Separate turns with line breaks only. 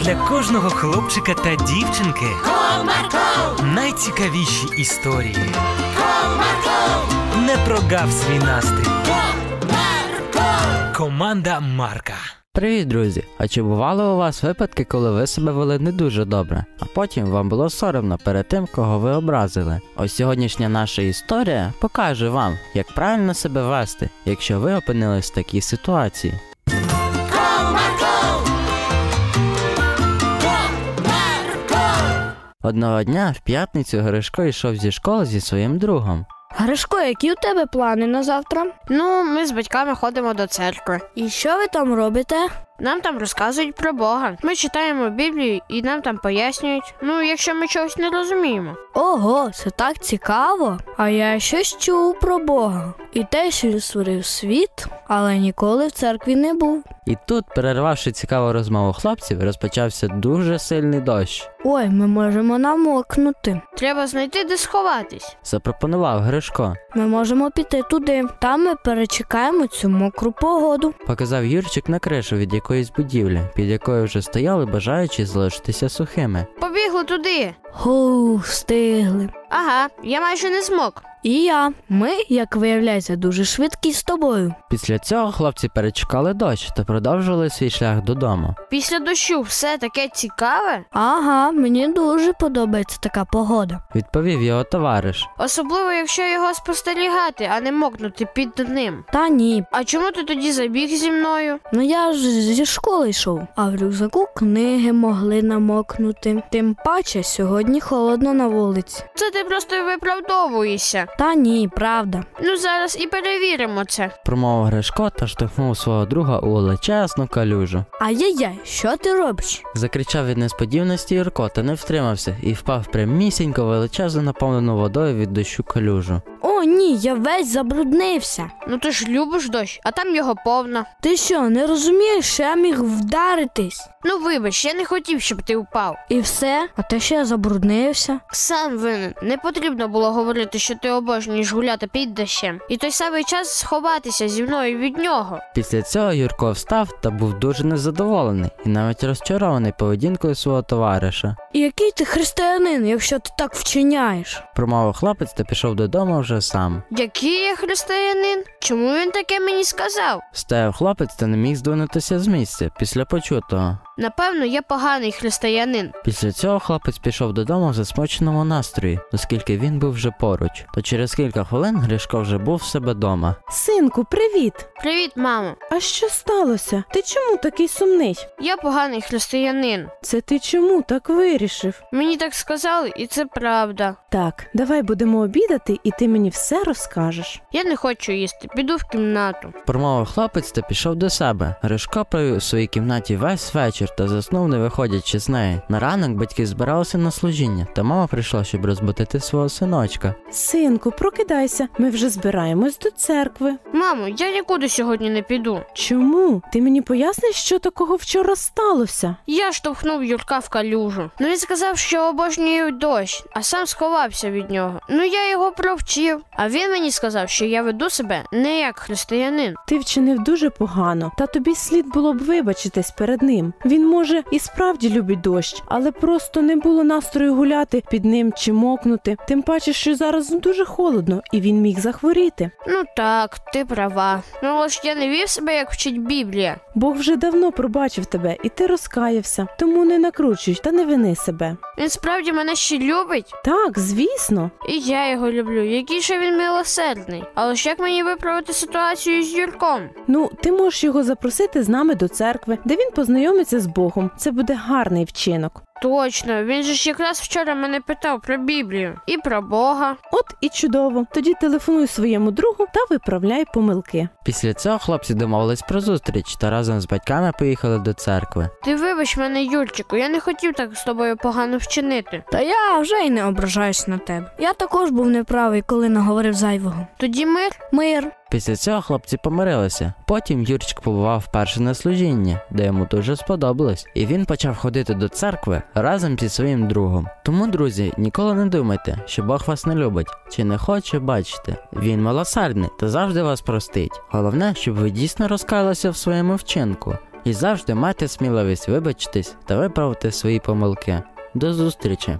для кожного хлопчика та дівчинки
Comarco,
найцікавіші історії.
comarco,
Не прогав свій настрій.
comarco.
Команда Марка.
Привіт, друзі! А чи бували у вас випадки, коли ви себе вели не дуже добре, а потім вам було соромно перед тим, кого ви образили? Ось сьогоднішня наша історія покаже вам, як правильно себе вести, якщо ви опинились в такій ситуації. Одного дня в п'ятницю Гришко йшов зі школи зі своїм другом.
Гришко, які у тебе плани на завтра?
Ну, ми з батьками ходимо до церкви.
І що ви там робите?
Нам там розказують про Бога. Ми читаємо Біблію і нам там пояснюють. Ну, якщо ми чогось не розуміємо.
Ого, це так цікаво. А я щось чув про Бога. І те, що він створив світ, але ніколи в церкві не був.
І тут, перервавши цікаву розмову хлопців, розпочався дуже сильний дощ.
Ой, ми можемо намокнути.
Треба знайти, де сховатись.
Запропонував Гришко.
Ми можемо піти туди. Там ми перечекаємо цю мокру погоду.
Показав Юрчик на кришу від якоїсь будівлі, під якою вже стояли бажаючі залишитися сухими.
Побігли туди.
Гу, встигли.
Ага, я майже не змок.
І я. Ми, як виявляється, дуже швидкі з тобою.
Після цього хлопці перечекали дощ та продовжили свій шлях додому.
Після дощу все таке цікаве,
Ага, мені дуже подобається така погода.
Відповів його товариш.
особливо якщо його спостерігати, а не мокнути під ним.
Та ні,
А чому ти тоді забіг зі мною?
Ну я ж зі школи йшов, а в рюкзаку книги могли намокнути. Тим паче сьогодні холодно на вулиці.
Це ти просто виправдовуєшся.
Та ні, правда.
Ну зараз і перевіримо це.
Промовив Гришко та штовхнув свого друга у величезну калюжу.
Ай-яй-яй, що ти робиш?
Закричав від несподіваності Юрко та не втримався і впав прямісінько в величезну наповнену водою від дощу калюжу.
О, ні, я весь забруднився.
Ну ти ж любиш дощ, а там його повно.
Ти що, не розумієш, що я міг вдаритись?
Ну вибач, я не хотів, щоб ти впав.
І все, а те, що я забруднився.
Сам винен. Не потрібно було говорити, що ти обожнюєш гуляти під дощем, і той самий час сховатися зі мною від нього.
Після цього Юрко встав та був дуже незадоволений і навіть розчарований поведінкою свого товариша.
І який ти християнин, якщо ти так вчиняєш?
Промовив хлопець та пішов додому вже сам.
Який я християнин? Чому він таке мені сказав?
Стояв хлопець та не міг здвинутися з місця після почутого.
Напевно, я поганий християнин.
Після цього хлопець пішов додому в засмученому настрої, оскільки він був вже поруч. То через кілька хвилин Гришко вже був в себе дома.
Синку, привіт!
Привіт, мамо.
А що сталося? Ти чому такий сумний?
Я поганий християнин.
Це ти чому так вирішив?
Мені так сказали, і це правда.
Так, давай будемо обідати, і ти мені все розкажеш.
Я не хочу їсти, піду в кімнату.
Промовив хлопець та пішов до себе. Гришко провів у своїй кімнаті весь вечір та заснув, не виходячи з неї. На ранок батьки збиралися на служіння, та мама прийшла, щоб розбудити свого синочка.
Синку, прокидайся, ми вже збираємось до церкви.
Мамо, я нікуди сьогодні не піду.
Чому? Ти мені поясниш, що такого вчора сталося?
Я штовхнув Юрка в калюжу. Ну він сказав, що обожнює дощ, а сам сховався від нього. Ну я його провчив. А він мені сказав, що я веду себе не як християнин.
Ти вчинив дуже погано, та тобі слід було б вибачитись перед ним. Він може і справді любить дощ, але просто не було настрою гуляти під ним чи мокнути. Тим паче, що зараз дуже холодно, і він міг захворіти.
Ну так, ти права. Ну але ж я не вів себе, як вчить Біблія.
Бог вже давно пробачив тебе, і ти розкаявся, тому не накручуй та не вини себе.
Він справді мене ще любить,
Так, звісно.
і я його люблю. Який же він милосердний. Але ж як мені виправити ситуацію з Юрком?
Ну, ти можеш його запросити з нами до церкви, де він познайомиться з Богом. Це буде гарний вчинок.
Точно, він же ж якраз вчора мене питав про Біблію і про Бога.
От і чудово. Тоді телефонуй своєму другу та виправляй помилки.
Після цього хлопці домовились про зустріч та разом з батьками поїхали до церкви.
Ти вибач мене, Юрчику, я не хотів так з тобою погано вчинити.
Та я вже й не ображаюсь на тебе. Я також був неправий, коли наговорив зайвого.
Тоді мир.
Мир,
Після цього хлопці помирилися. Потім Юрчик побував вперше на служінні, де йому дуже сподобалось, і він почав ходити до церкви разом зі своїм другом. Тому, друзі, ніколи не думайте, що Бог вас не любить чи не хоче бачити. Він милосердний та завжди вас простить. Головне, щоб ви дійсно розкаялися в своєму вчинку. і завжди мати сміливість вибачитись та виправити свої помилки. До зустрічі!